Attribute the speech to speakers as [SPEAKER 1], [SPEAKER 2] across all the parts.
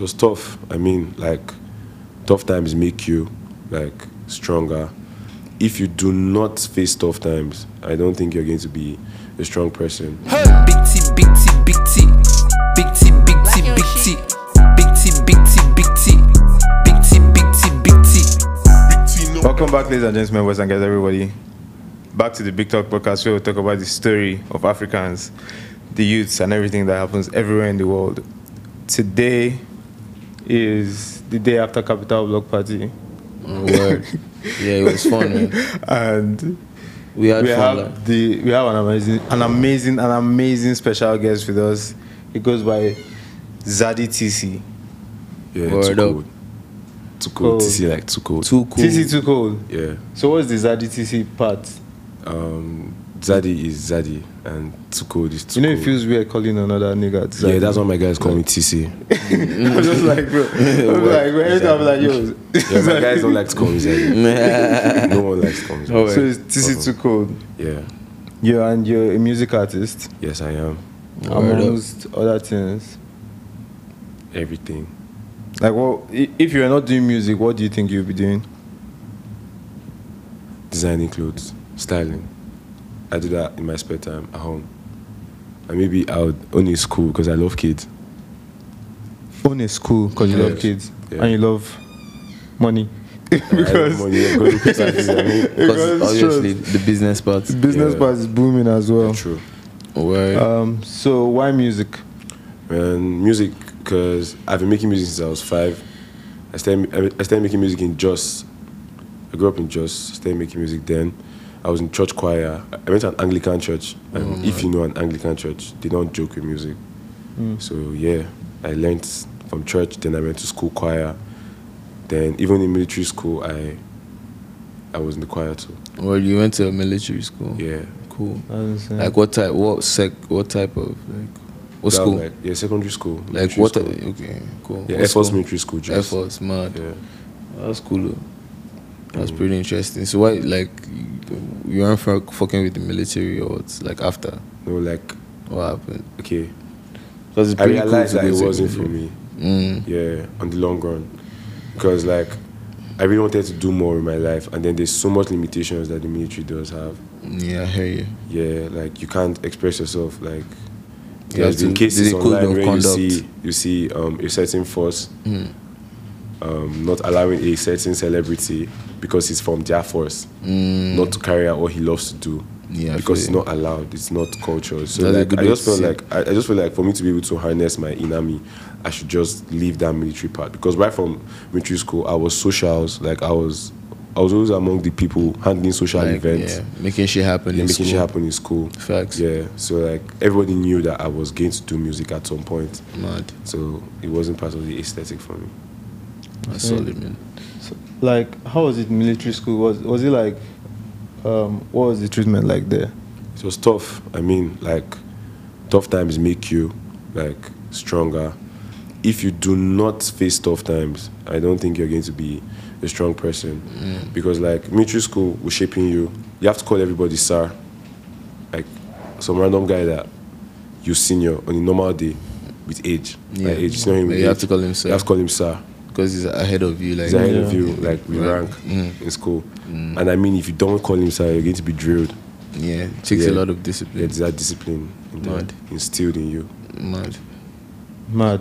[SPEAKER 1] was tough. I mean, like, tough times make you like stronger. If you do not face tough times, I don't think you're going to be a strong person.
[SPEAKER 2] Big T, big T, big T. Big T, big T,
[SPEAKER 3] Like your
[SPEAKER 2] big T.
[SPEAKER 3] shit.
[SPEAKER 2] Big T, big T, big T. Big T, big T, big T.
[SPEAKER 4] Welcome back, ladies and gentlemen, boys and girls, everybody. Back to the Big Talk podcast where we talk about the story of Africans, the youths, and everything that happens everywhere in the world. Today is the day after Capital Block Party,
[SPEAKER 5] Oh, word. yeah, it was fun, man.
[SPEAKER 4] and
[SPEAKER 5] We had
[SPEAKER 4] we
[SPEAKER 5] fun.
[SPEAKER 4] have
[SPEAKER 5] like.
[SPEAKER 4] the we have an amazing, an amazing, an amazing special guest with us. He goes by Zadi TC.
[SPEAKER 1] Yeah, too
[SPEAKER 5] Word up.
[SPEAKER 1] cold. Too cold.
[SPEAKER 4] Cold.
[SPEAKER 1] TC like too cold.
[SPEAKER 5] Too cool.
[SPEAKER 4] TC too cold.
[SPEAKER 1] Yeah.
[SPEAKER 4] So what's the Zadi TC part?
[SPEAKER 1] Um, Zaddy is Zaddy, and too cold is too
[SPEAKER 4] You know it
[SPEAKER 1] cold.
[SPEAKER 4] feels weird calling another nigga. Zaddy.
[SPEAKER 1] yeah, that's why my guys call me TC.
[SPEAKER 4] I'm just like, bro. I'm like, bro. Every time I'm like, yo.
[SPEAKER 1] Yeah, my guys don't like to call me Zaddy. no one likes to call me Zaddy.
[SPEAKER 5] Oh,
[SPEAKER 4] So it's TC Too Cold.
[SPEAKER 1] Yeah.
[SPEAKER 4] Yeah, and you're a music artist
[SPEAKER 1] Yes, I am.
[SPEAKER 5] Word up.
[SPEAKER 4] amongst other things.
[SPEAKER 1] Everything.
[SPEAKER 4] Like, what i- if you're not doing music, what do you think you'll be doing?
[SPEAKER 1] Designing clothes, styling. I do that in my spare time at home. And maybe out only school because I love kids.
[SPEAKER 4] Own a school because you love
[SPEAKER 1] Yes.
[SPEAKER 4] kids
[SPEAKER 1] Yeah.
[SPEAKER 4] and you love money.
[SPEAKER 1] Because
[SPEAKER 5] Because
[SPEAKER 4] Because
[SPEAKER 5] obviously the business part.
[SPEAKER 4] Business
[SPEAKER 1] Yeah.
[SPEAKER 4] part is booming as well.
[SPEAKER 1] True.
[SPEAKER 5] Word.
[SPEAKER 1] Uh,
[SPEAKER 4] Um, so why music?
[SPEAKER 1] And music, because I've been making music since I was five. I started, I started making music in Jos. I grew up in Jos, started making music then. I was in church choir. I went to an Anglican church. And
[SPEAKER 5] Mm.
[SPEAKER 1] if you know an Anglican church, they don't joke with music.
[SPEAKER 5] Mm.
[SPEAKER 1] So, yeah, I learnt from church, then I went to school choir. Then, even in military school, I I was in the choir too.
[SPEAKER 5] Well, you went to a military school.
[SPEAKER 1] Yeah.
[SPEAKER 5] Cool.
[SPEAKER 4] I don't understand.
[SPEAKER 5] Like what type? What sec? What type of like? What
[SPEAKER 1] That was
[SPEAKER 5] school? Like,
[SPEAKER 1] Like, yeah, secondary school. military
[SPEAKER 5] what?
[SPEAKER 1] school.
[SPEAKER 5] Okay. Cool.
[SPEAKER 1] Yeah,
[SPEAKER 5] What
[SPEAKER 1] Air Force
[SPEAKER 5] school?
[SPEAKER 1] Military School, Jos.
[SPEAKER 5] Air Force. Mad.
[SPEAKER 1] Yeah.
[SPEAKER 5] That's cool. Though. That's pretty interesting. So why like you weren't fuck- fucking with the military or it's like after
[SPEAKER 1] No, like,
[SPEAKER 5] what happened?
[SPEAKER 1] okay.
[SPEAKER 5] Because it's
[SPEAKER 1] I
[SPEAKER 5] pretty cool
[SPEAKER 1] realized
[SPEAKER 5] to
[SPEAKER 1] that
[SPEAKER 5] go
[SPEAKER 1] it
[SPEAKER 5] to
[SPEAKER 1] wasn't for
[SPEAKER 5] military.
[SPEAKER 1] me.
[SPEAKER 5] Mm.
[SPEAKER 1] Yeah, on the long run, because like I really wanted to do more in my life, and then there's so much limitations that the military does have.
[SPEAKER 5] Yeah, I hear you.
[SPEAKER 1] Yeah, like you can't express yourself. Like
[SPEAKER 5] You
[SPEAKER 1] there's
[SPEAKER 5] have
[SPEAKER 1] been
[SPEAKER 5] to-
[SPEAKER 1] cases
[SPEAKER 5] there's a code
[SPEAKER 1] online
[SPEAKER 5] of
[SPEAKER 1] where
[SPEAKER 5] conduct. Hmm.
[SPEAKER 1] you see you see um, a certain force um, not allowing a certain celebrity because he's from their force
[SPEAKER 5] Mm.
[SPEAKER 1] not to carry out what he loves to do.
[SPEAKER 5] Yeah, I
[SPEAKER 1] because it's
[SPEAKER 5] feel you.
[SPEAKER 1] not allowed. It's not cultural. So
[SPEAKER 5] That's a
[SPEAKER 1] like,
[SPEAKER 5] good
[SPEAKER 1] I
[SPEAKER 5] way
[SPEAKER 1] just
[SPEAKER 5] to
[SPEAKER 1] felt
[SPEAKER 5] see
[SPEAKER 1] like
[SPEAKER 5] it.
[SPEAKER 1] I, I just feel like for me to be able to harness my inner me, I should just leave that military part because right from military school, I was socials. Like I was, I was always among the people handling social
[SPEAKER 5] Like,
[SPEAKER 1] events,
[SPEAKER 5] yeah, making shit happen.
[SPEAKER 1] yeah,
[SPEAKER 5] in
[SPEAKER 1] making
[SPEAKER 5] school.
[SPEAKER 1] shit happen in school.
[SPEAKER 5] Facts.
[SPEAKER 1] Yeah. So like everybody knew that I was going to do music at some point.
[SPEAKER 5] Mad.
[SPEAKER 1] So it wasn't part of the aesthetic for me.
[SPEAKER 5] That's solid, man.
[SPEAKER 4] So, like, how was it in military school? Was was it like, um, what was the treatment like there?
[SPEAKER 1] It was tough. I mean, like, tough times make you like stronger. If you do not face tough times, I don't think you're going to be a strong person.
[SPEAKER 5] Mm.
[SPEAKER 1] Because like military school was shaping you. You have to call everybody sir. Like some random guy that you senior on a normal day with age. Yeah.
[SPEAKER 5] Yeah.
[SPEAKER 1] age. You, know him with
[SPEAKER 5] You have
[SPEAKER 1] age.
[SPEAKER 5] to call him sir.
[SPEAKER 1] You have to call him sir.
[SPEAKER 5] Because he's ahead of you. Like
[SPEAKER 1] He's ahead
[SPEAKER 4] Yeah.
[SPEAKER 1] of you, like with
[SPEAKER 5] Right. Mm.
[SPEAKER 1] rank in school. And I mean if you don't call him sir, you're going to be drilled.
[SPEAKER 5] Yeah, it takes a
[SPEAKER 1] Yeah.
[SPEAKER 5] lot of discipline.
[SPEAKER 1] Yeah, there's that discipline in there,
[SPEAKER 5] Mad.
[SPEAKER 1] instilled in you.
[SPEAKER 5] Mad.
[SPEAKER 4] Mad.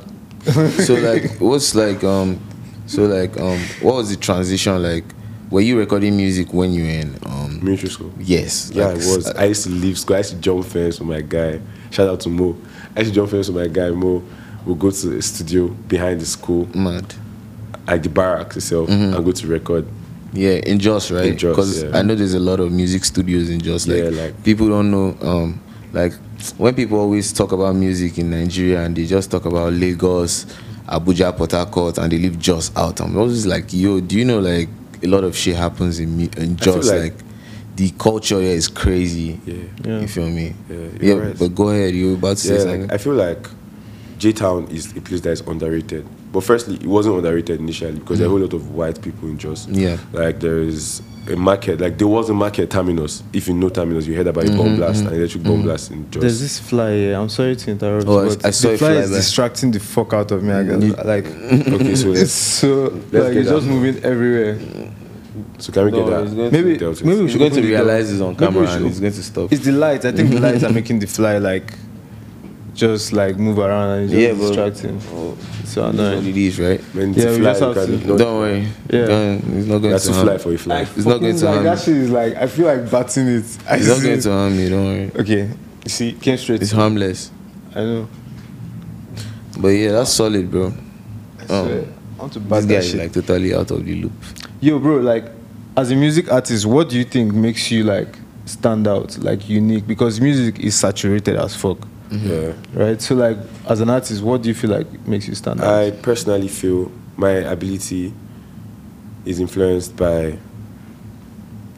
[SPEAKER 5] So like, what's like um, so like um, what was the transition like? Were you recording music when you were in um?
[SPEAKER 1] Military school.
[SPEAKER 5] Yes.
[SPEAKER 1] Yeah, I
[SPEAKER 5] like, uh,
[SPEAKER 1] was. I used to leave school. I used to jump fence with my guy. Shout out to Mo. I used to jump fence with my guy Mo. We'll go to the studio behind the school,
[SPEAKER 5] Mad.
[SPEAKER 1] at the barracks itself,
[SPEAKER 5] Mm-hmm.
[SPEAKER 1] and go to record.
[SPEAKER 5] Yeah, in Jos, right?
[SPEAKER 1] In Jos,
[SPEAKER 5] Because
[SPEAKER 1] yeah.
[SPEAKER 5] I know there's a lot of music studios in Jos. Like,
[SPEAKER 1] Yeah, like-
[SPEAKER 5] people don't know. Um, like when people always talk about music in Nigeria and they just talk about Lagos, Abuja, Port Harcourt, and they leave Jos out. I'm always like, yo, do you know like a lot of shit happens in mu- in
[SPEAKER 1] feel
[SPEAKER 5] Jos?
[SPEAKER 1] like-
[SPEAKER 5] Like, the culture here is crazy.
[SPEAKER 1] Yeah.
[SPEAKER 4] Yeah.
[SPEAKER 5] You feel me?
[SPEAKER 1] Yeah, you're right.
[SPEAKER 5] But go ahead. You were about to
[SPEAKER 1] Yeah,
[SPEAKER 5] say something.
[SPEAKER 1] like, I feel like J Town is a place that is underrated. But firstly, it wasn't underrated initially because there are a whole lot of white people in Jos.
[SPEAKER 5] Yeah.
[SPEAKER 1] Like there is a market. Like there was a market terminus. If you know terminus, you heard about a bomb blast, an electric bomb blast in Jos.
[SPEAKER 4] Mm-hmm, There's this fly here. I'm sorry to interrupt.
[SPEAKER 5] Oh, I-
[SPEAKER 4] but
[SPEAKER 5] I saw
[SPEAKER 4] the
[SPEAKER 5] a
[SPEAKER 4] fly,
[SPEAKER 5] fly
[SPEAKER 4] is
[SPEAKER 5] there. Mm,
[SPEAKER 4] distracting the fuck out of me. I guess. Like,
[SPEAKER 1] okay, so
[SPEAKER 4] it's
[SPEAKER 1] let's,
[SPEAKER 4] so like
[SPEAKER 1] get
[SPEAKER 4] it's just
[SPEAKER 1] that.
[SPEAKER 4] moving everywhere.
[SPEAKER 1] so can we get
[SPEAKER 5] No,
[SPEAKER 1] that?
[SPEAKER 5] it's going
[SPEAKER 4] Maybe
[SPEAKER 1] dealt with.
[SPEAKER 4] maybe we
[SPEAKER 5] You're
[SPEAKER 4] should
[SPEAKER 5] going to
[SPEAKER 4] open the door.
[SPEAKER 5] realize it's on
[SPEAKER 4] Maybe we
[SPEAKER 5] camera
[SPEAKER 4] should-
[SPEAKER 5] and it's going to stop.
[SPEAKER 4] It's the lights. I think the lights are making the fly like just like move around and it's just
[SPEAKER 5] Yeah, but-
[SPEAKER 4] distracting. So
[SPEAKER 5] It's what
[SPEAKER 4] annoying.
[SPEAKER 5] it is, right?
[SPEAKER 1] When
[SPEAKER 4] Yeah,
[SPEAKER 1] to
[SPEAKER 4] we
[SPEAKER 1] fly,
[SPEAKER 4] just have
[SPEAKER 1] you
[SPEAKER 4] to-
[SPEAKER 1] can,
[SPEAKER 5] Don't worry.
[SPEAKER 4] Yeah.
[SPEAKER 5] Don't- It's not going
[SPEAKER 1] that's
[SPEAKER 5] to
[SPEAKER 1] to
[SPEAKER 5] harm.
[SPEAKER 1] fly for a fly.
[SPEAKER 5] It's not going to
[SPEAKER 4] like,
[SPEAKER 5] harm.
[SPEAKER 4] That shit is like I feel like batting it. I
[SPEAKER 5] It's not
[SPEAKER 4] see
[SPEAKER 5] going
[SPEAKER 4] it.
[SPEAKER 5] to harm you. Don't worry.
[SPEAKER 4] Okay, you see, came straight.
[SPEAKER 5] It's harmless.
[SPEAKER 4] I know.
[SPEAKER 5] But yeah, that's solid, bro.
[SPEAKER 4] I
[SPEAKER 5] Oh.
[SPEAKER 4] swear. I want to bat
[SPEAKER 5] This guy
[SPEAKER 4] that
[SPEAKER 5] is
[SPEAKER 4] shit.
[SPEAKER 5] like totally out of the loop.
[SPEAKER 4] Yo, bro, like, as a music artist, what do you think makes you like stand out, like unique? Because music is saturated as fuck,
[SPEAKER 1] Yeah.
[SPEAKER 4] right? So, like, as an artist, what do you feel like makes you stand out?
[SPEAKER 1] I personally feel my ability is influenced by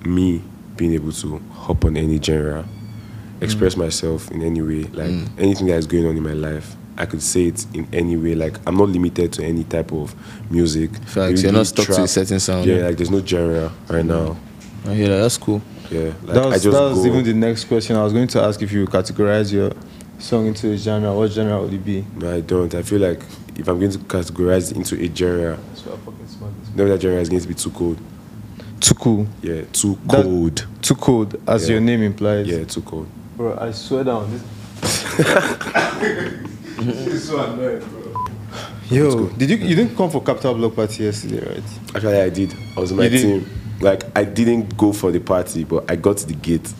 [SPEAKER 1] me being able to hop on any genre,
[SPEAKER 5] Mm.
[SPEAKER 1] express myself in any way, like anything that is going on in my life. I could say it in any way. Like I'm not limited to any type of music.
[SPEAKER 5] Facts, you're not stuck to a certain sound. Mm.
[SPEAKER 1] Yeah, like there's no genre right now.
[SPEAKER 5] I hear that. That's cool.
[SPEAKER 1] Yeah, like
[SPEAKER 4] that
[SPEAKER 1] I
[SPEAKER 4] was,
[SPEAKER 1] just
[SPEAKER 4] that was
[SPEAKER 1] go.
[SPEAKER 4] even the next question. I was going to ask if you categorize your song into a genre. What genre would it be?
[SPEAKER 1] no, I don't. I feel like if I'm going to categorize it into a genre,
[SPEAKER 4] So I fucking
[SPEAKER 1] then that genre is going to be too cold.
[SPEAKER 4] Too cool.
[SPEAKER 1] Yeah, too
[SPEAKER 4] That-
[SPEAKER 1] cold.
[SPEAKER 4] Too cold, as
[SPEAKER 1] Yeah.
[SPEAKER 4] your name implies.
[SPEAKER 1] yeah, too cold.
[SPEAKER 4] Bro, I swear down. This, this is so annoying, bro. Yo, did you you didn't come for Capital Block Party yesterday, right?
[SPEAKER 1] Actually, I did. I was on my
[SPEAKER 4] You did?
[SPEAKER 1] team. Like, I didn't go for the party, but I got to the gate,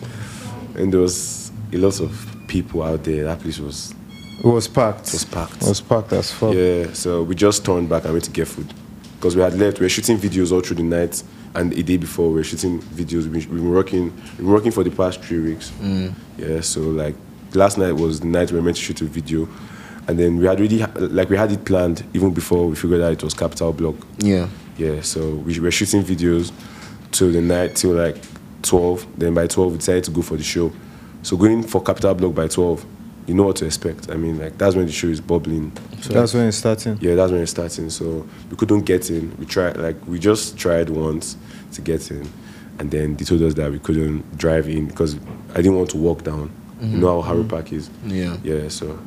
[SPEAKER 1] and there was a lot of people out there. That place was
[SPEAKER 4] It was packed.
[SPEAKER 1] was packed.
[SPEAKER 4] It was packed as fuck.
[SPEAKER 1] yeah. So we just turned back and went to get food because we had left. We were shooting videos all through the night, and the day before we were shooting videos. We've been working, we've been working for the past three weeks.
[SPEAKER 4] Mm.
[SPEAKER 1] Yeah. So like last night was the night we were meant to shoot a video, and then we had really ha- like we had it planned even before we figured out it was Capital Block.
[SPEAKER 5] Yeah.
[SPEAKER 1] Yeah, so we were shooting videos till the night till like 12. Then by 12, we decided to go for the show. So going for Capital Block by 12, you know what to expect. I mean, like that's when the show is bubbling.
[SPEAKER 4] That's when it's starting.
[SPEAKER 1] Yeah, that's when it's starting. So we couldn't get in. We tried, like we just tried once to get in, and then they told us that we couldn't drive in because I didn't want to walk down. You know how Harrow Park is.
[SPEAKER 5] Yeah.
[SPEAKER 1] Yeah, so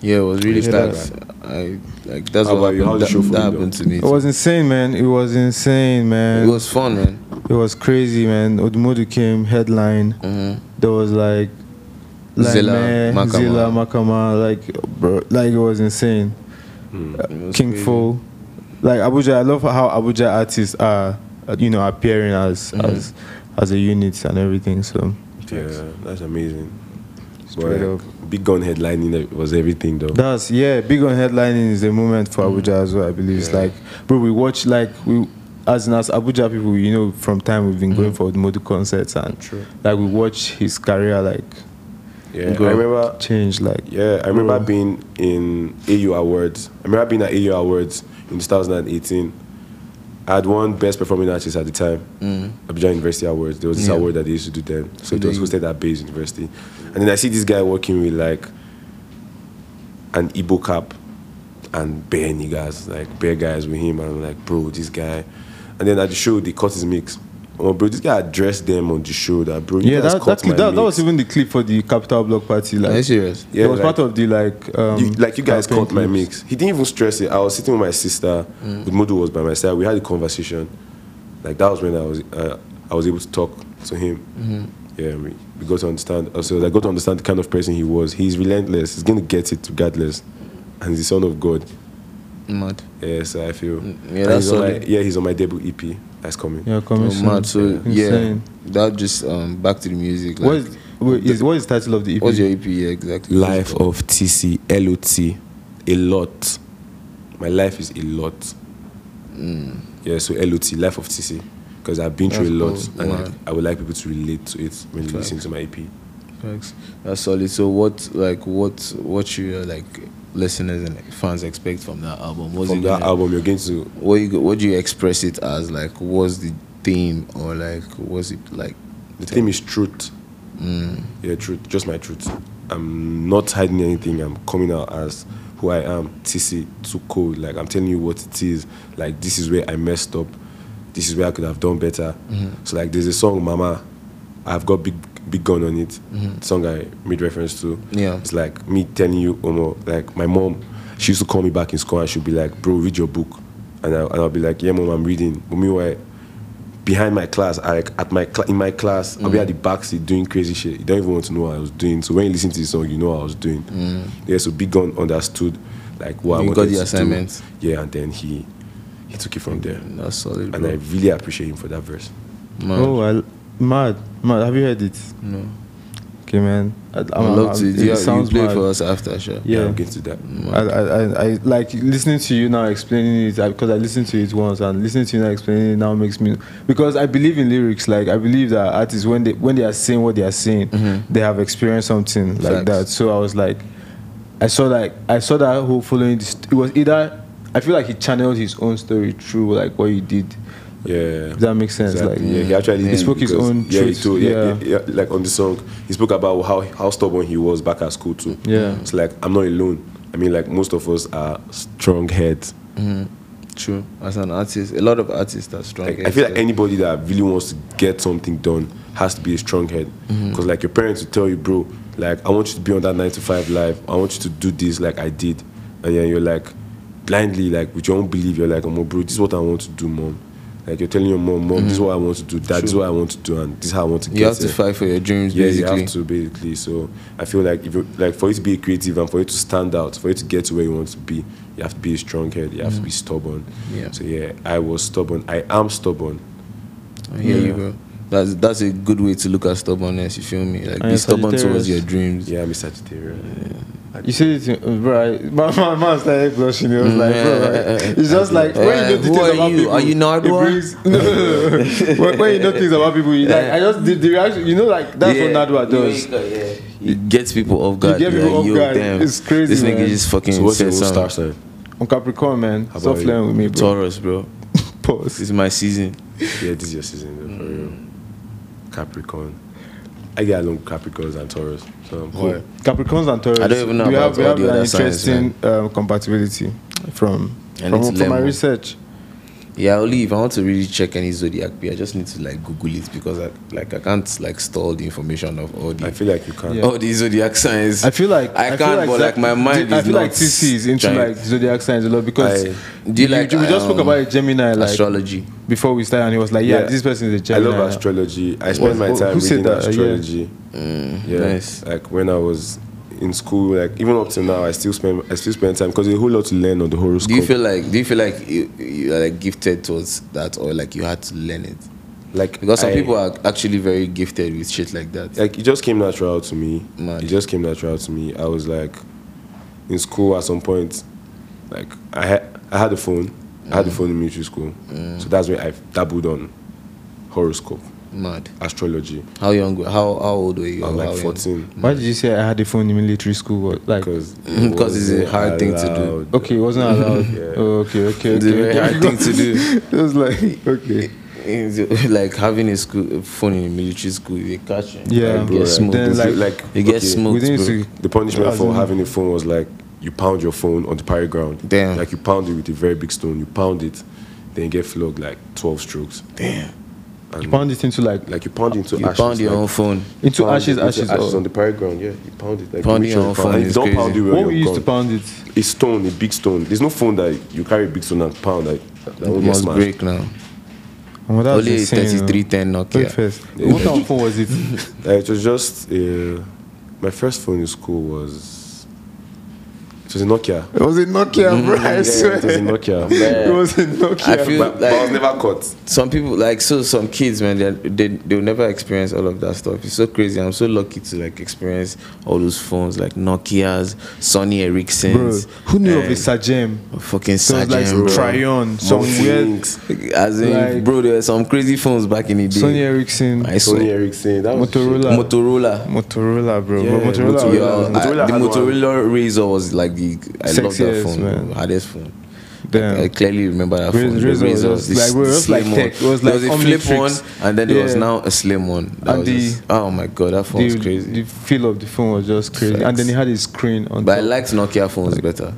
[SPEAKER 5] Yeah, it was really
[SPEAKER 4] Yeah,
[SPEAKER 5] stacked. I like that's
[SPEAKER 1] How
[SPEAKER 5] what
[SPEAKER 1] about you? How's
[SPEAKER 5] happened.
[SPEAKER 1] the
[SPEAKER 5] That,
[SPEAKER 1] show for
[SPEAKER 5] that
[SPEAKER 1] you,
[SPEAKER 5] happened
[SPEAKER 1] though?
[SPEAKER 5] to me.
[SPEAKER 4] It was insane, man. It was insane, man.
[SPEAKER 5] It was fun, man.
[SPEAKER 4] It was crazy, man. Odumodu came headline.
[SPEAKER 5] Mhm.
[SPEAKER 4] There was like
[SPEAKER 5] Zilla,
[SPEAKER 4] Laime,
[SPEAKER 5] Makama.
[SPEAKER 4] Zilla, Makama, like bro, like it was insane.
[SPEAKER 5] It
[SPEAKER 1] hmm,
[SPEAKER 4] Uh,
[SPEAKER 5] was
[SPEAKER 4] King
[SPEAKER 5] crazy.
[SPEAKER 4] Fo, like Abuja. I love how Abuja artists are, uh, you know, appearing as
[SPEAKER 5] Mm-hmm.
[SPEAKER 4] as as a unit and everything. So
[SPEAKER 1] yeah, that's amazing.
[SPEAKER 4] Straight
[SPEAKER 1] But, Big gun headlining uh, was everything though.
[SPEAKER 4] That's yeah, big on headlining is the moment for Abuja as well. I believe it's
[SPEAKER 1] Mm. Yeah.
[SPEAKER 4] like, bro, we watch like we as in as Abuja people, you know, from time we've been going for Modu concerts
[SPEAKER 1] Mm.
[SPEAKER 4] and
[SPEAKER 1] True.
[SPEAKER 4] like we watch his career like
[SPEAKER 1] yeah,
[SPEAKER 4] go
[SPEAKER 1] I remember
[SPEAKER 4] change like
[SPEAKER 1] Yeah, I remember
[SPEAKER 4] Bro.
[SPEAKER 1] being in AU Awards. I remember being at AU Awards in 2018. I had won Best Performing Artist at the time,
[SPEAKER 4] Mm.
[SPEAKER 1] Abuja University Awards. There was this
[SPEAKER 5] Yeah.
[SPEAKER 1] award that they used to do then. So it was
[SPEAKER 5] they-
[SPEAKER 1] hosted at Bayes University. And then I see this guy walking with like an Igbo cap and bare niggas, like bare guys with him. And I'm like, bro, this guy. And then at the show, they cut his mix. Oh, bro, this guy addressed them on the show that, bro, you
[SPEAKER 4] yeah.
[SPEAKER 1] guys
[SPEAKER 4] That
[SPEAKER 1] cut
[SPEAKER 4] that,
[SPEAKER 1] my
[SPEAKER 4] clip, that, that
[SPEAKER 1] mix.
[SPEAKER 4] was even the clip for the Capital Block Party.
[SPEAKER 5] Are you
[SPEAKER 4] Like,
[SPEAKER 5] serious?
[SPEAKER 1] Yeah,
[SPEAKER 4] it was
[SPEAKER 1] like-
[SPEAKER 4] part of the like um,
[SPEAKER 1] you, like you guys
[SPEAKER 4] campaign
[SPEAKER 1] caught my
[SPEAKER 4] clips.
[SPEAKER 1] mix. He didn't even stress it. I was sitting with my sister.
[SPEAKER 5] Mm.
[SPEAKER 1] With Modu was by my side. We had a conversation. Like that was when I was uh, I was able to talk to him.
[SPEAKER 5] Mm-hmm.
[SPEAKER 1] Yeah, we, we got to understand. Also, I got to understand the kind of person he was. He's relentless. He's gonna get it regardless, and he's the son of God.
[SPEAKER 5] Mad.
[SPEAKER 1] Yeah, so I feel.
[SPEAKER 5] Mm, yeah,
[SPEAKER 1] And
[SPEAKER 5] that's
[SPEAKER 1] he's on my,
[SPEAKER 5] solid.
[SPEAKER 1] yeah, he's on my debut EP. That's coming.
[SPEAKER 4] Yeah, coming
[SPEAKER 5] Oh,
[SPEAKER 4] soon.
[SPEAKER 5] mad. So yeah,
[SPEAKER 4] Insane.
[SPEAKER 5] that just um back to the music. Like,
[SPEAKER 4] what is, wait, is what is the title of the EP?
[SPEAKER 5] what's your EP yeah, exactly?
[SPEAKER 1] E Life of TC LOT a lot. My life is a lot.
[SPEAKER 5] Mm.
[SPEAKER 1] Yeah, so LOT, life of TC. Because I've been through a lot
[SPEAKER 5] That's cool.
[SPEAKER 1] and
[SPEAKER 5] Wow.
[SPEAKER 1] like, I would like people to relate to it when they listen to my E EP.
[SPEAKER 5] Facts. That's solid. So what like what what you uh, like listeners and fans expect from that album? What's
[SPEAKER 1] From
[SPEAKER 5] it
[SPEAKER 1] that
[SPEAKER 5] gonna-
[SPEAKER 1] album, you're going to
[SPEAKER 5] What you go- what do you express it as? Like what's the theme or like what's it like?
[SPEAKER 1] the theme is truth. Yeah, truth. Just my truth. I'm not hiding anything. I'm coming out as who I am. TC, too cold. Like I'm telling you what it is. Like this is where I messed up. this is where I could have done better. So like there's a song Mama, I've got big big gun on it. Song I made reference to.
[SPEAKER 5] Yeah.
[SPEAKER 1] It's like me telling you Omo, like my mom, she used to call me back in school and she'd be like, Bro, read your book. And, I, and I'll be like, Yeah, mom, I'm reading. But meanwhile, behind my class, I, like at my cla- in my
[SPEAKER 5] Mm.
[SPEAKER 1] class, I'll be at the back seat doing crazy shit. You don't even want to know what I was doing. So when you listen to the song, you know what I was doing. Yeah, so Big Gun understood like what
[SPEAKER 5] Mm. You
[SPEAKER 1] I
[SPEAKER 5] got
[SPEAKER 1] wanted
[SPEAKER 5] the
[SPEAKER 1] to
[SPEAKER 5] assignment.
[SPEAKER 1] Do. Yeah, and then he he took it from there.
[SPEAKER 5] That's solid,
[SPEAKER 1] And I
[SPEAKER 5] bro.
[SPEAKER 1] really appreciate him for that verse.
[SPEAKER 5] Man.
[SPEAKER 4] Oh, I, mad, mad. Have you heard it?
[SPEAKER 5] No.
[SPEAKER 4] Okay, man. I, I'm-
[SPEAKER 5] I would love to.
[SPEAKER 4] I'm-
[SPEAKER 5] You, you play
[SPEAKER 4] mad.
[SPEAKER 5] for us after, sure.
[SPEAKER 4] Yeah.
[SPEAKER 1] I'm getting to that.
[SPEAKER 4] I, I, I, I like listening to you now explaining it I- because I listened to it once and listening to you now explaining it now makes me because I believe in lyrics like I believe that artists when they when they are saying what they are saying
[SPEAKER 1] Mm-hmm.
[SPEAKER 4] they have experienced something like
[SPEAKER 5] Facts.
[SPEAKER 4] that so I was like I saw like I saw that whole following this it was either I feel like he channeled his own story through like what you did
[SPEAKER 1] Yeah.
[SPEAKER 4] if that makes sense
[SPEAKER 1] Exactly.
[SPEAKER 4] like
[SPEAKER 1] yeah, he actually
[SPEAKER 4] He
[SPEAKER 1] did
[SPEAKER 4] spoke his
[SPEAKER 1] because-
[SPEAKER 4] own
[SPEAKER 1] yeah,
[SPEAKER 4] truth.
[SPEAKER 1] He told, yeah,
[SPEAKER 4] Yeah.
[SPEAKER 1] yeah. yeah, like on the song, he spoke about how how stubborn he was back at school too.
[SPEAKER 4] Yeah.
[SPEAKER 1] it's like I'm not alone. I mean, like most of us are strong heads.
[SPEAKER 5] True. As an artist, a lot of artists are strong.
[SPEAKER 1] Like, I feel like anybody that really wants to get something done has to be a strong head.
[SPEAKER 5] Mm-hmm.
[SPEAKER 1] Because like your parents will tell you, bro, like I want you to be on that nine to five life. I want you to do this like I did, and then you're like blindly, like with your own belief, you're like, oh, bro, this is what I want to do, mom. Like you're telling your mom, mom, this is what I want to do, dad, this is what I want to do, and this is how I want to get
[SPEAKER 5] Mm-hmm. you have to
[SPEAKER 1] there."
[SPEAKER 5] fight for your dreams,
[SPEAKER 1] Yeah,
[SPEAKER 5] basically.
[SPEAKER 1] you have to basically. So I feel like if you like for you to be creative and for you to stand out, for you to get to where you want to be, you have to be a strong head. You have
[SPEAKER 5] Mm-hmm.
[SPEAKER 1] to be stubborn.
[SPEAKER 5] Yeah.
[SPEAKER 1] So yeah, I was stubborn. I am stubborn.
[SPEAKER 5] I hear
[SPEAKER 4] Yeah.
[SPEAKER 5] you, bro. That's that's a good way to look at stubbornness. You feel me? Like
[SPEAKER 4] And
[SPEAKER 5] be
[SPEAKER 4] you're
[SPEAKER 5] stubborn
[SPEAKER 4] Sagittarius.
[SPEAKER 5] towards your dreams.
[SPEAKER 1] Yeah, I'm a Sagittarius.
[SPEAKER 4] You said it, to- uh, bro. I, my, my man started blushing. He was like, bro, like, it's just like when you
[SPEAKER 5] Who
[SPEAKER 4] do things
[SPEAKER 5] are
[SPEAKER 4] about
[SPEAKER 5] you?
[SPEAKER 4] people.
[SPEAKER 5] Are you
[SPEAKER 4] it
[SPEAKER 5] Nardwar?
[SPEAKER 4] brings- no, no, no. when, when you know things about people, you like, I just did the reaction. You know, like that's what Nardwa does.
[SPEAKER 5] does. It gets people off guard.
[SPEAKER 4] get people
[SPEAKER 5] yeah,
[SPEAKER 4] off
[SPEAKER 5] yo,
[SPEAKER 4] guard.
[SPEAKER 5] damn.
[SPEAKER 4] It's crazy,
[SPEAKER 5] This nigga
[SPEAKER 4] man.
[SPEAKER 5] just fucking
[SPEAKER 1] So what's your
[SPEAKER 5] said
[SPEAKER 1] own star
[SPEAKER 5] something.
[SPEAKER 1] sign?
[SPEAKER 4] I'm Capricorn, man.
[SPEAKER 1] How
[SPEAKER 4] Stop
[SPEAKER 1] about
[SPEAKER 4] playing
[SPEAKER 1] you?
[SPEAKER 4] with me, bro.
[SPEAKER 5] Taurus, bro. This
[SPEAKER 4] Pause.
[SPEAKER 5] is my season.
[SPEAKER 1] Yeah, this is your season though, for real. Capricorn. I get along with Capricorns and Taurus. So I'm cool.
[SPEAKER 4] Capricorns and Taurus.
[SPEAKER 5] I don't even know
[SPEAKER 4] we
[SPEAKER 5] about
[SPEAKER 4] have, we
[SPEAKER 5] all
[SPEAKER 4] have
[SPEAKER 5] the
[SPEAKER 4] an
[SPEAKER 5] other signs,
[SPEAKER 4] interesting um, compatibility from
[SPEAKER 5] And
[SPEAKER 4] from,
[SPEAKER 5] it's
[SPEAKER 4] from my
[SPEAKER 5] Lemo.
[SPEAKER 4] research.
[SPEAKER 5] Yeah, only if I want to really check any zodiac be I just need to like Google it because I like I can't like store the information of all the
[SPEAKER 1] I feel like you can.
[SPEAKER 4] Yeah.
[SPEAKER 5] all the zodiac signs.
[SPEAKER 4] I feel like
[SPEAKER 5] I, can't,
[SPEAKER 4] feel
[SPEAKER 5] but like
[SPEAKER 4] Zac-
[SPEAKER 5] my mind.
[SPEAKER 4] I
[SPEAKER 5] is
[SPEAKER 4] feel
[SPEAKER 5] not
[SPEAKER 4] like TC is into
[SPEAKER 5] giant.
[SPEAKER 4] like zodiac signs a lot because
[SPEAKER 1] I-
[SPEAKER 5] Do you like,
[SPEAKER 4] we just spoke
[SPEAKER 5] um,
[SPEAKER 4] about a Gemini like
[SPEAKER 5] astrology.
[SPEAKER 4] before we started, and he was like, "Yeah,
[SPEAKER 1] Yeah.
[SPEAKER 4] this person is a
[SPEAKER 1] I
[SPEAKER 4] Gemini."
[SPEAKER 1] love astrology. I spend my
[SPEAKER 4] who-
[SPEAKER 1] time
[SPEAKER 4] who said
[SPEAKER 1] reading
[SPEAKER 4] that? Yeah.
[SPEAKER 1] astrology. Yeah,
[SPEAKER 5] nice.
[SPEAKER 1] like when I was in school, like even up to now, I still spend I still spend time because there's a whole lot to learn on the horoscope.
[SPEAKER 5] Do you feel like do you feel like you, you are like gifted towards that or like you had to learn it?
[SPEAKER 1] like
[SPEAKER 5] Because some
[SPEAKER 1] I-
[SPEAKER 5] people are actually very gifted with shit like that.
[SPEAKER 1] like it just came natural to me.
[SPEAKER 5] Mad.
[SPEAKER 1] It just came natural to me. I was like in school at some point, like I had I had a phone. I
[SPEAKER 5] Mm.
[SPEAKER 1] had a phone in military school, so that's when I dabbled on horoscope,
[SPEAKER 5] Mad.
[SPEAKER 1] astrology.
[SPEAKER 5] How young? were- How how old were you?
[SPEAKER 1] I was
[SPEAKER 5] How
[SPEAKER 1] like
[SPEAKER 5] young?
[SPEAKER 1] 14
[SPEAKER 4] Why did you say I had a phone in military school? What, Like,
[SPEAKER 1] because
[SPEAKER 5] Mhm, 'cause it's a hard thing to do.
[SPEAKER 4] okay, it wasn't allowed.
[SPEAKER 1] Yeah.
[SPEAKER 4] oh, okay, okay,
[SPEAKER 5] It's a
[SPEAKER 4] okay.
[SPEAKER 5] very
[SPEAKER 4] okay.
[SPEAKER 5] hard thing to do.
[SPEAKER 4] it was like, okay,
[SPEAKER 5] It's like having a school a phone in a military school, they catch you.
[SPEAKER 4] Yeah,
[SPEAKER 1] bro,
[SPEAKER 5] you get
[SPEAKER 1] like,
[SPEAKER 5] smoked.
[SPEAKER 4] then,
[SPEAKER 1] like,
[SPEAKER 4] like-
[SPEAKER 1] like
[SPEAKER 5] you get
[SPEAKER 1] okay,
[SPEAKER 5] smoked,
[SPEAKER 4] we didn't
[SPEAKER 5] bro.
[SPEAKER 4] see.
[SPEAKER 1] The punishment
[SPEAKER 4] As
[SPEAKER 1] for
[SPEAKER 4] in-
[SPEAKER 1] having a phone was like you pound your phone on the parade ground.
[SPEAKER 5] Damn.
[SPEAKER 1] Like you pound it with a very big stone. You pound it, then you get flogged like twelve strokes.
[SPEAKER 5] Damn.
[SPEAKER 4] You pound it into like
[SPEAKER 1] Like you pound into
[SPEAKER 5] You
[SPEAKER 1] ashes.
[SPEAKER 5] pound your
[SPEAKER 1] like,
[SPEAKER 5] own phone.
[SPEAKER 4] into
[SPEAKER 1] pound
[SPEAKER 4] ashes,
[SPEAKER 1] it into
[SPEAKER 4] ashes. oh.
[SPEAKER 1] ashes
[SPEAKER 4] or-
[SPEAKER 1] on the parade ground. Yeah, you pound it. Like
[SPEAKER 5] Pound
[SPEAKER 1] make
[SPEAKER 5] it
[SPEAKER 1] sure
[SPEAKER 5] on
[SPEAKER 1] you
[SPEAKER 5] phone
[SPEAKER 1] pound- and if
[SPEAKER 5] is
[SPEAKER 1] you don't
[SPEAKER 5] crazy.
[SPEAKER 1] pound it. well,
[SPEAKER 4] what
[SPEAKER 1] you're
[SPEAKER 4] we used to
[SPEAKER 1] gone.
[SPEAKER 4] pound it.
[SPEAKER 1] A stone, a big stone. There's no phone that you carry a big stone and pound that that won't get
[SPEAKER 5] must
[SPEAKER 1] smashed.
[SPEAKER 5] break now.
[SPEAKER 4] Oh, that was
[SPEAKER 5] Only a
[SPEAKER 4] insane, you know.
[SPEAKER 5] 3310 Nokia.
[SPEAKER 4] Wait first. What kind of phone was it?
[SPEAKER 1] Uh, it was just uh, my first phone in school was it was a Nokia.
[SPEAKER 4] It was a Nokia, bro. I
[SPEAKER 1] Yeah,
[SPEAKER 4] swear.
[SPEAKER 1] it was a Nokia.
[SPEAKER 4] It was a Nokia.
[SPEAKER 5] I feel
[SPEAKER 1] but, but I was
[SPEAKER 5] like
[SPEAKER 1] never caught.
[SPEAKER 5] some people like so some kids man they they they'll never experience all of that stuff. It's so crazy. I'm so lucky to like experience all those phones like Nokia's, Sony
[SPEAKER 4] bro,
[SPEAKER 5] Ericsson's.
[SPEAKER 4] who knew of
[SPEAKER 5] and
[SPEAKER 4] a Sajem?
[SPEAKER 5] Fucking
[SPEAKER 4] So it was like
[SPEAKER 5] Sagem,
[SPEAKER 4] some
[SPEAKER 5] Eh. bro.
[SPEAKER 4] Tryon, some weird
[SPEAKER 1] Multi-links,
[SPEAKER 5] As in,
[SPEAKER 4] Like-
[SPEAKER 5] bro, there were some crazy phones back in the day.
[SPEAKER 4] Sony Ericsson,
[SPEAKER 5] I saw
[SPEAKER 1] Sony Ericsson, that was
[SPEAKER 4] Motorola.
[SPEAKER 5] Motorola.
[SPEAKER 4] Motorola, bro.
[SPEAKER 1] Yeah,
[SPEAKER 4] bro Motorola,
[SPEAKER 1] Motorola.
[SPEAKER 5] Yo,
[SPEAKER 1] Motorola
[SPEAKER 5] I- the
[SPEAKER 1] had one.
[SPEAKER 5] Motorola Razor was like the I love that
[SPEAKER 4] Sexiest,
[SPEAKER 5] phone,
[SPEAKER 4] man.
[SPEAKER 5] bro. hardest phone.
[SPEAKER 4] Damn.
[SPEAKER 5] I clearly remember that
[SPEAKER 4] Raz-
[SPEAKER 5] phone. the
[SPEAKER 4] Razor was
[SPEAKER 5] Razor,
[SPEAKER 4] just
[SPEAKER 5] the
[SPEAKER 4] like-
[SPEAKER 5] s-
[SPEAKER 4] bro, it was
[SPEAKER 5] slim
[SPEAKER 4] like
[SPEAKER 5] one.
[SPEAKER 4] tech. It was
[SPEAKER 5] there
[SPEAKER 4] like
[SPEAKER 5] was a
[SPEAKER 4] Omnitrix.
[SPEAKER 5] flip one, and then there was
[SPEAKER 4] Yeah.
[SPEAKER 5] now a slim one. That
[SPEAKER 4] And
[SPEAKER 5] was
[SPEAKER 4] the-
[SPEAKER 5] just- oh my god, that phone
[SPEAKER 4] the,
[SPEAKER 5] was crazy.
[SPEAKER 4] the feel of the phone was just crazy, and
[SPEAKER 5] Facts.
[SPEAKER 4] then it had a screen on.
[SPEAKER 5] but I
[SPEAKER 4] top.
[SPEAKER 5] liked Nokia phones better.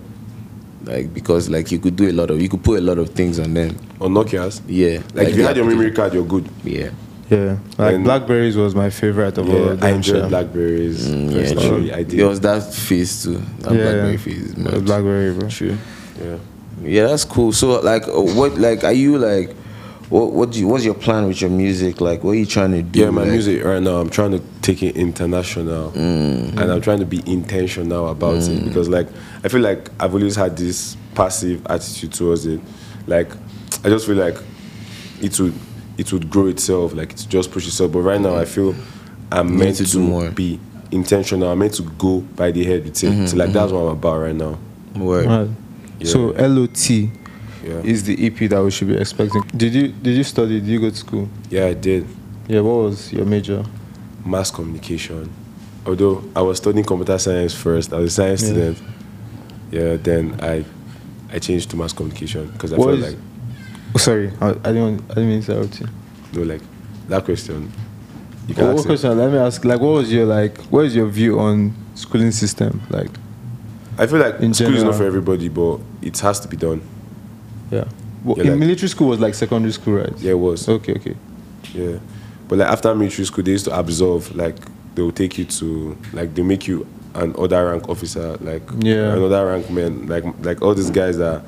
[SPEAKER 5] like because like you could do a lot of you could put a lot of things on them.
[SPEAKER 1] On Nokia's?
[SPEAKER 5] Yeah,
[SPEAKER 1] Like, if you
[SPEAKER 5] the
[SPEAKER 1] had your memory card, you're good.
[SPEAKER 5] applica- Yeah,
[SPEAKER 4] Yeah, like
[SPEAKER 1] And-
[SPEAKER 4] blackberries was my favorite of all.
[SPEAKER 1] Yeah,
[SPEAKER 4] of
[SPEAKER 1] I
[SPEAKER 4] them,
[SPEAKER 1] enjoyed
[SPEAKER 4] sha.
[SPEAKER 1] blackberries.
[SPEAKER 5] Mm, yeah,
[SPEAKER 1] Personally,
[SPEAKER 5] true.
[SPEAKER 1] I did.
[SPEAKER 5] There was that phase too. That
[SPEAKER 4] Yeah,
[SPEAKER 5] blackberry
[SPEAKER 4] yeah.
[SPEAKER 5] phase,
[SPEAKER 4] Yeah,
[SPEAKER 5] man.
[SPEAKER 4] Blackberry, bro.
[SPEAKER 5] True.
[SPEAKER 1] yeah.
[SPEAKER 5] Yeah, that's cool. So, like, uh, what, like, are you like, what, what do you, what's your plan with your music? Like, what are you trying to do?
[SPEAKER 1] Yeah, my
[SPEAKER 5] like,
[SPEAKER 1] music right now, I'm trying to take it international
[SPEAKER 5] Mm.
[SPEAKER 1] and I'm trying to be intentional about it because, like, I feel like I've always had this passive attitude towards it. Like, I just feel like it would it would grow itself, like, it's just push itself. But right now, I feel I'm
[SPEAKER 5] need
[SPEAKER 1] meant
[SPEAKER 5] to
[SPEAKER 1] to,
[SPEAKER 5] do more. Mm-hmm,
[SPEAKER 1] be intentional, I'm meant to go by the head with it. So, like, that's what I'm about right now.
[SPEAKER 5] Word.
[SPEAKER 4] Right. So
[SPEAKER 1] Yeah.
[SPEAKER 4] LOT
[SPEAKER 1] Yeah.
[SPEAKER 4] is the EP that we should be expecting. Did you did you study? Did you go to school?
[SPEAKER 1] Yeah, I did.
[SPEAKER 4] Yeah. What was your major?
[SPEAKER 1] mass communication. Although I was studying computer science first, I was a science
[SPEAKER 4] Yeah.
[SPEAKER 1] student. Yeah, then I I changed to mass communication because I
[SPEAKER 4] What
[SPEAKER 1] felt
[SPEAKER 4] is-
[SPEAKER 1] like
[SPEAKER 4] Oh, sorry, I, I didn't I didn't mean to interrupt you.
[SPEAKER 1] no like that question. You can
[SPEAKER 4] What,
[SPEAKER 1] ask it.
[SPEAKER 4] question? Let me ask. Like, what was your like? What is your view on schooling system? Like,
[SPEAKER 1] I feel like
[SPEAKER 4] in
[SPEAKER 1] school is
[SPEAKER 4] general.
[SPEAKER 1] not for everybody, but it has to be done.
[SPEAKER 4] yeah. Well,
[SPEAKER 1] Yeah,
[SPEAKER 4] in
[SPEAKER 1] like-
[SPEAKER 4] military school was like secondary school, right?
[SPEAKER 1] Yeah, it was.
[SPEAKER 4] Okay. Okay.
[SPEAKER 1] Yeah, but like after military school, they used to absolve. Like they will take you to like they make you an other rank officer, like
[SPEAKER 4] Yeah.
[SPEAKER 1] another rank man, like like all these guys that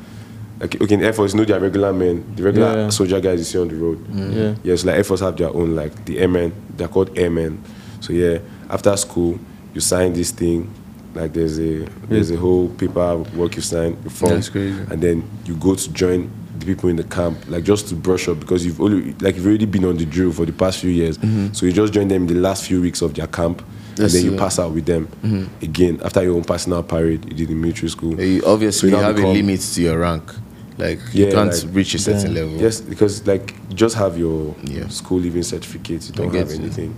[SPEAKER 1] like okay in Air Force, you know they are regular men, the regular
[SPEAKER 4] Yeah.
[SPEAKER 1] soldier guys you see on the road.
[SPEAKER 4] Yeah.
[SPEAKER 1] Yes, like Air Force have their own, like the airmen, they're called airmen. So yeah, after school, you sign this thing, like there's a there's a
[SPEAKER 4] Hmm.
[SPEAKER 1] whole paper work you sign, you form,
[SPEAKER 5] That's crazy.
[SPEAKER 1] and then you go to join the people in the camp, like just to brush up because you've only like you've already been on the drill for the past few years.
[SPEAKER 5] Mm-hmm.
[SPEAKER 1] So you just join them in the last few weeks of their camp.
[SPEAKER 5] That's
[SPEAKER 1] and then you
[SPEAKER 5] it.
[SPEAKER 1] pass out with them again after your own passing out parade you did in military school.
[SPEAKER 5] Mm-hmm. You obviously
[SPEAKER 1] So now
[SPEAKER 5] have a
[SPEAKER 1] become-
[SPEAKER 5] limit to your rank. Like, you
[SPEAKER 1] Yeah,
[SPEAKER 5] can't
[SPEAKER 1] like-
[SPEAKER 5] reach a certain
[SPEAKER 4] Yeah.
[SPEAKER 5] level.
[SPEAKER 1] Yes, because like you just have your
[SPEAKER 5] Yeah.
[SPEAKER 1] school leaving certificate, you don't
[SPEAKER 5] get
[SPEAKER 1] have
[SPEAKER 5] you.
[SPEAKER 1] anything.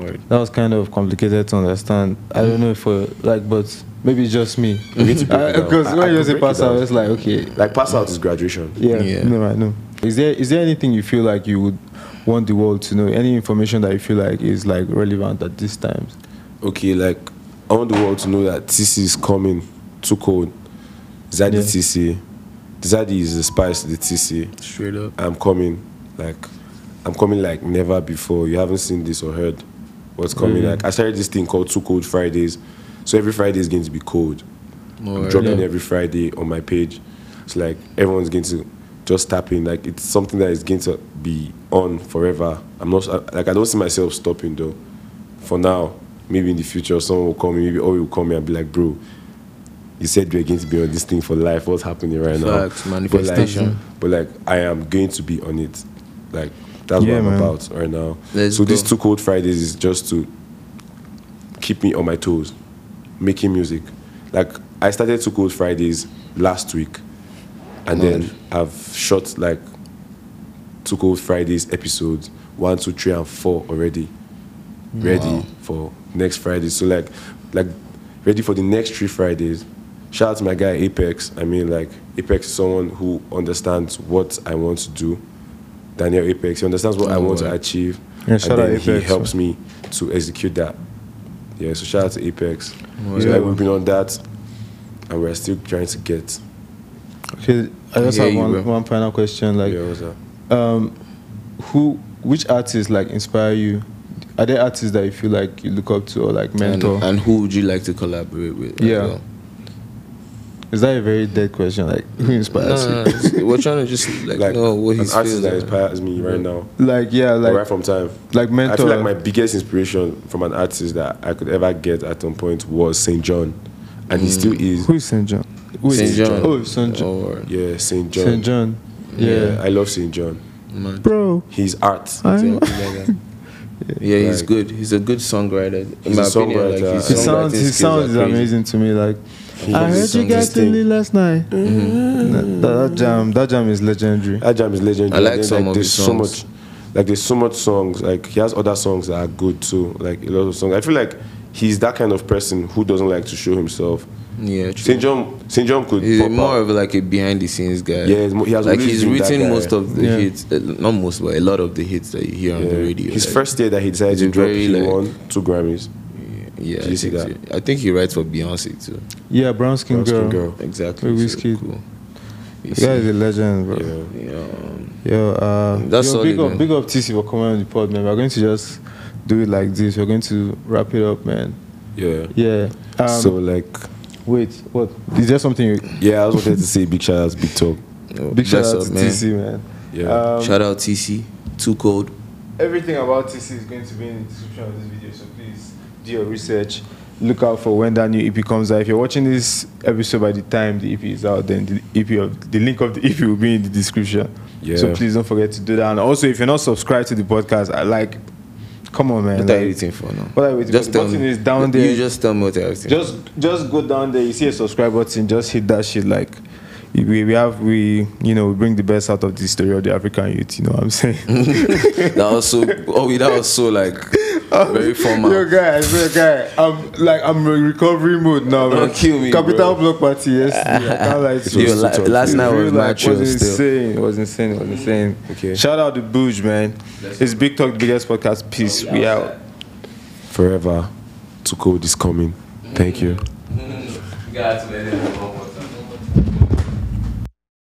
[SPEAKER 5] Word.
[SPEAKER 4] That was kind of complicated to understand. I don't know if uh, like, but maybe it's just me.
[SPEAKER 1] need to break it down.
[SPEAKER 4] Because
[SPEAKER 1] I- I
[SPEAKER 4] when you
[SPEAKER 1] can
[SPEAKER 4] say
[SPEAKER 1] break it
[SPEAKER 4] pass out,
[SPEAKER 1] down.
[SPEAKER 4] it's like okay,
[SPEAKER 1] Like pass out is graduation.
[SPEAKER 4] Yeah,
[SPEAKER 5] Yeah.
[SPEAKER 4] no, I know. Is there is there anything you feel like you would want the world to know? Any information that you feel like is like relevant at this time?
[SPEAKER 1] okay, like I want the world to know that TC is coming too cold. Zaddy
[SPEAKER 4] Yeah.
[SPEAKER 1] TC. Zaddy is the spice to the TC.
[SPEAKER 5] Straight up.
[SPEAKER 1] I'm coming. Like I'm coming like never before. You haven't seen this or heard what's coming.
[SPEAKER 4] Really?
[SPEAKER 1] Like I started this thing called Too Cold Fridays. So every Friday is going to be cold. I'm
[SPEAKER 5] Word.
[SPEAKER 1] dropping
[SPEAKER 4] Yeah.
[SPEAKER 1] every Friday on my page. It's like everyone's going to just tap in. Like it's something that is going to be on forever. I'm not I- like I don't see myself stopping though. For now, maybe in the future, someone will call me. Maybe Ori will call me and be like, "Bro, you said you're going to be on this thing for life. What's happening right
[SPEAKER 5] Facts,
[SPEAKER 1] now?"
[SPEAKER 5] manifestation.
[SPEAKER 1] But like, but like, I am going to be on it. Like that's
[SPEAKER 4] Yeah,
[SPEAKER 1] what I'm
[SPEAKER 4] man.
[SPEAKER 1] about right now.
[SPEAKER 5] Let's
[SPEAKER 1] so these
[SPEAKER 5] go.
[SPEAKER 1] two cold Fridays is just to keep me on my toes, making music. Like I started Two Cold Fridays last week, and
[SPEAKER 5] Nice.
[SPEAKER 1] then I've shot like Two Cold Fridays episodes one, two, three, and four already, ready
[SPEAKER 5] Wow.
[SPEAKER 1] for next Friday. So like, like ready for the next three Fridays. Shout out to my guy Apex. I mean, like Apex is someone who understands what I want to do. Daniel Apex, he understands what I
[SPEAKER 5] Oh,
[SPEAKER 1] want to
[SPEAKER 5] wow.
[SPEAKER 1] achieve,
[SPEAKER 4] Yeah, shout
[SPEAKER 1] and
[SPEAKER 4] out
[SPEAKER 1] then he
[SPEAKER 4] Apex.
[SPEAKER 1] helps me to execute that. Yeah, so shout out to Apex.
[SPEAKER 5] Wow.
[SPEAKER 1] So like we've been on that, and we're still trying to get.
[SPEAKER 4] Okay, I just
[SPEAKER 5] Yeah,
[SPEAKER 4] have
[SPEAKER 5] you will.
[SPEAKER 4] one, one final question. Like,
[SPEAKER 1] yeah, what's up?
[SPEAKER 4] um, who, which artists like inspire you? Are there artists that you feel like you look up to or like
[SPEAKER 5] And,
[SPEAKER 4] mentor?
[SPEAKER 5] and who would you like to collaborate with? as
[SPEAKER 4] Yeah.
[SPEAKER 5] well?
[SPEAKER 4] Is that a very dead question? Like, who inspires
[SPEAKER 5] No, no,
[SPEAKER 4] you?
[SPEAKER 5] no. we're trying to just like,
[SPEAKER 1] Like
[SPEAKER 5] know what
[SPEAKER 1] an
[SPEAKER 5] he's
[SPEAKER 1] artist
[SPEAKER 5] feeling.
[SPEAKER 1] that inspires me right now,
[SPEAKER 4] like, yeah,
[SPEAKER 1] or
[SPEAKER 4] like,
[SPEAKER 1] right from time.
[SPEAKER 4] like mentor.
[SPEAKER 1] I feel like my biggest inspiration from an artist that I could ever get at some point was Saint John, and
[SPEAKER 5] Mm.
[SPEAKER 1] he still is.
[SPEAKER 4] who is Saint John? Who is
[SPEAKER 5] St. John.
[SPEAKER 4] Oh, Saint John.
[SPEAKER 5] Or,
[SPEAKER 1] Yeah, Saint John.
[SPEAKER 4] Saint John. Yeah.
[SPEAKER 1] I love Saint John.
[SPEAKER 5] man.
[SPEAKER 4] Bro,
[SPEAKER 1] His art.
[SPEAKER 4] I-
[SPEAKER 5] Something like that. yeah, he's
[SPEAKER 1] Like-
[SPEAKER 5] good. He's a good songwriter. In
[SPEAKER 1] He's
[SPEAKER 5] my
[SPEAKER 1] a
[SPEAKER 5] opinion,
[SPEAKER 1] songwriter.
[SPEAKER 5] like, his
[SPEAKER 1] He
[SPEAKER 4] his sounds,
[SPEAKER 5] songwriting
[SPEAKER 4] his
[SPEAKER 5] skills are
[SPEAKER 4] sounds is
[SPEAKER 5] crazy.
[SPEAKER 4] amazing to me. Like,
[SPEAKER 1] He
[SPEAKER 4] I heard
[SPEAKER 1] is
[SPEAKER 4] you guys
[SPEAKER 1] something.
[SPEAKER 4] in it last night. That, that jam, that jam is legendary.
[SPEAKER 1] That jam is legendary.
[SPEAKER 5] I like
[SPEAKER 1] And then,
[SPEAKER 5] some of
[SPEAKER 1] there's
[SPEAKER 5] his
[SPEAKER 1] so
[SPEAKER 5] songs.
[SPEAKER 1] much, like there's so much songs. Like he has other songs that are good too. Like a lot of songs. I feel like he's that kind of person who doesn't like to show himself.
[SPEAKER 5] Yeah, true.
[SPEAKER 1] Saint John, Saint John could.
[SPEAKER 5] He's
[SPEAKER 1] pop
[SPEAKER 5] more
[SPEAKER 1] out.
[SPEAKER 5] of like a behind the scenes guy.
[SPEAKER 1] Yeah, he's mo- he has
[SPEAKER 5] like
[SPEAKER 1] always
[SPEAKER 5] he's
[SPEAKER 1] been that
[SPEAKER 5] written
[SPEAKER 1] guy.
[SPEAKER 5] most of the
[SPEAKER 4] Yeah.
[SPEAKER 5] hits, uh, not most, but a lot of the hits that you hear on the radio.
[SPEAKER 1] His
[SPEAKER 5] like,
[SPEAKER 1] first year that he decided
[SPEAKER 5] He's a
[SPEAKER 1] to drop,
[SPEAKER 5] very,
[SPEAKER 1] he
[SPEAKER 5] like-
[SPEAKER 1] won two Grammys.
[SPEAKER 5] Yeah,
[SPEAKER 1] Did
[SPEAKER 5] I
[SPEAKER 1] you see
[SPEAKER 5] think
[SPEAKER 1] that?
[SPEAKER 5] so. I think he writes for Beyonce too.
[SPEAKER 4] Yeah, Brown Skin
[SPEAKER 1] Brown Skin
[SPEAKER 4] Girl.
[SPEAKER 1] Girl.
[SPEAKER 5] Exactly.
[SPEAKER 4] With
[SPEAKER 5] so
[SPEAKER 4] Wizkid.
[SPEAKER 5] cool. You
[SPEAKER 4] The guy is
[SPEAKER 5] see,
[SPEAKER 4] a legend, bro.
[SPEAKER 1] Yeah.
[SPEAKER 5] yeah. um,
[SPEAKER 4] Yo, uh,
[SPEAKER 5] That's
[SPEAKER 4] yo,
[SPEAKER 5] solid,
[SPEAKER 4] big up,
[SPEAKER 5] man.
[SPEAKER 4] big up TC for coming on the pod, man. We're going to just do it like this. We're going to wrap it up, man.
[SPEAKER 1] Yeah.
[SPEAKER 4] Yeah. Um,
[SPEAKER 1] so like,
[SPEAKER 4] wait, what? Is there something? You,
[SPEAKER 1] yeah, I was wanted to say big shout outs, big talk.
[SPEAKER 5] No,
[SPEAKER 4] big shout
[SPEAKER 5] oh, bless
[SPEAKER 4] out
[SPEAKER 5] up,
[SPEAKER 4] to
[SPEAKER 5] man.
[SPEAKER 4] TC, man.
[SPEAKER 1] Yeah.
[SPEAKER 4] Um,
[SPEAKER 5] Shout out TC. Too cold.
[SPEAKER 4] Everything about TC is going to be in the description of this video, so please do your research. Look out for when that new EP comes out. If you're watching this episode by the time the EP is out, then the EP of the link of the EP will be in the description.
[SPEAKER 1] Yeah.
[SPEAKER 4] So please don't forget to do that. And also, if you're not subscribed to the podcast, I like, come on, man.
[SPEAKER 5] What are you
[SPEAKER 4] like,
[SPEAKER 5] waiting for now?
[SPEAKER 4] What are you waiting
[SPEAKER 5] just
[SPEAKER 4] for? The
[SPEAKER 5] tell
[SPEAKER 4] button
[SPEAKER 5] me.
[SPEAKER 4] is down
[SPEAKER 5] You
[SPEAKER 4] there.
[SPEAKER 5] just tell me what you're waiting
[SPEAKER 4] just just go down there you see a subscribe button just hit that shit like we, we have we you know we bring the best out of the story of the african youth you know what i'm saying
[SPEAKER 5] for. that was so. Oh, that was so like very formal.
[SPEAKER 4] Oh. yo guys yo guy i'm like i'm in recovery mode now man.
[SPEAKER 5] Don't kill me,
[SPEAKER 4] capital
[SPEAKER 5] bro.
[SPEAKER 4] block party yesterday i can't lie to
[SPEAKER 5] Yo,
[SPEAKER 4] you.
[SPEAKER 5] la-
[SPEAKER 4] It
[SPEAKER 5] last night
[SPEAKER 4] really,
[SPEAKER 5] was
[SPEAKER 4] like,
[SPEAKER 5] natural
[SPEAKER 4] was
[SPEAKER 5] still.
[SPEAKER 4] insane it was insane it was insane
[SPEAKER 1] Okay.
[SPEAKER 4] shout out to booge man it's big talk the biggest podcast peace we out
[SPEAKER 1] Forever, too cold is coming. Thank you.
[SPEAKER 5] Guys, man.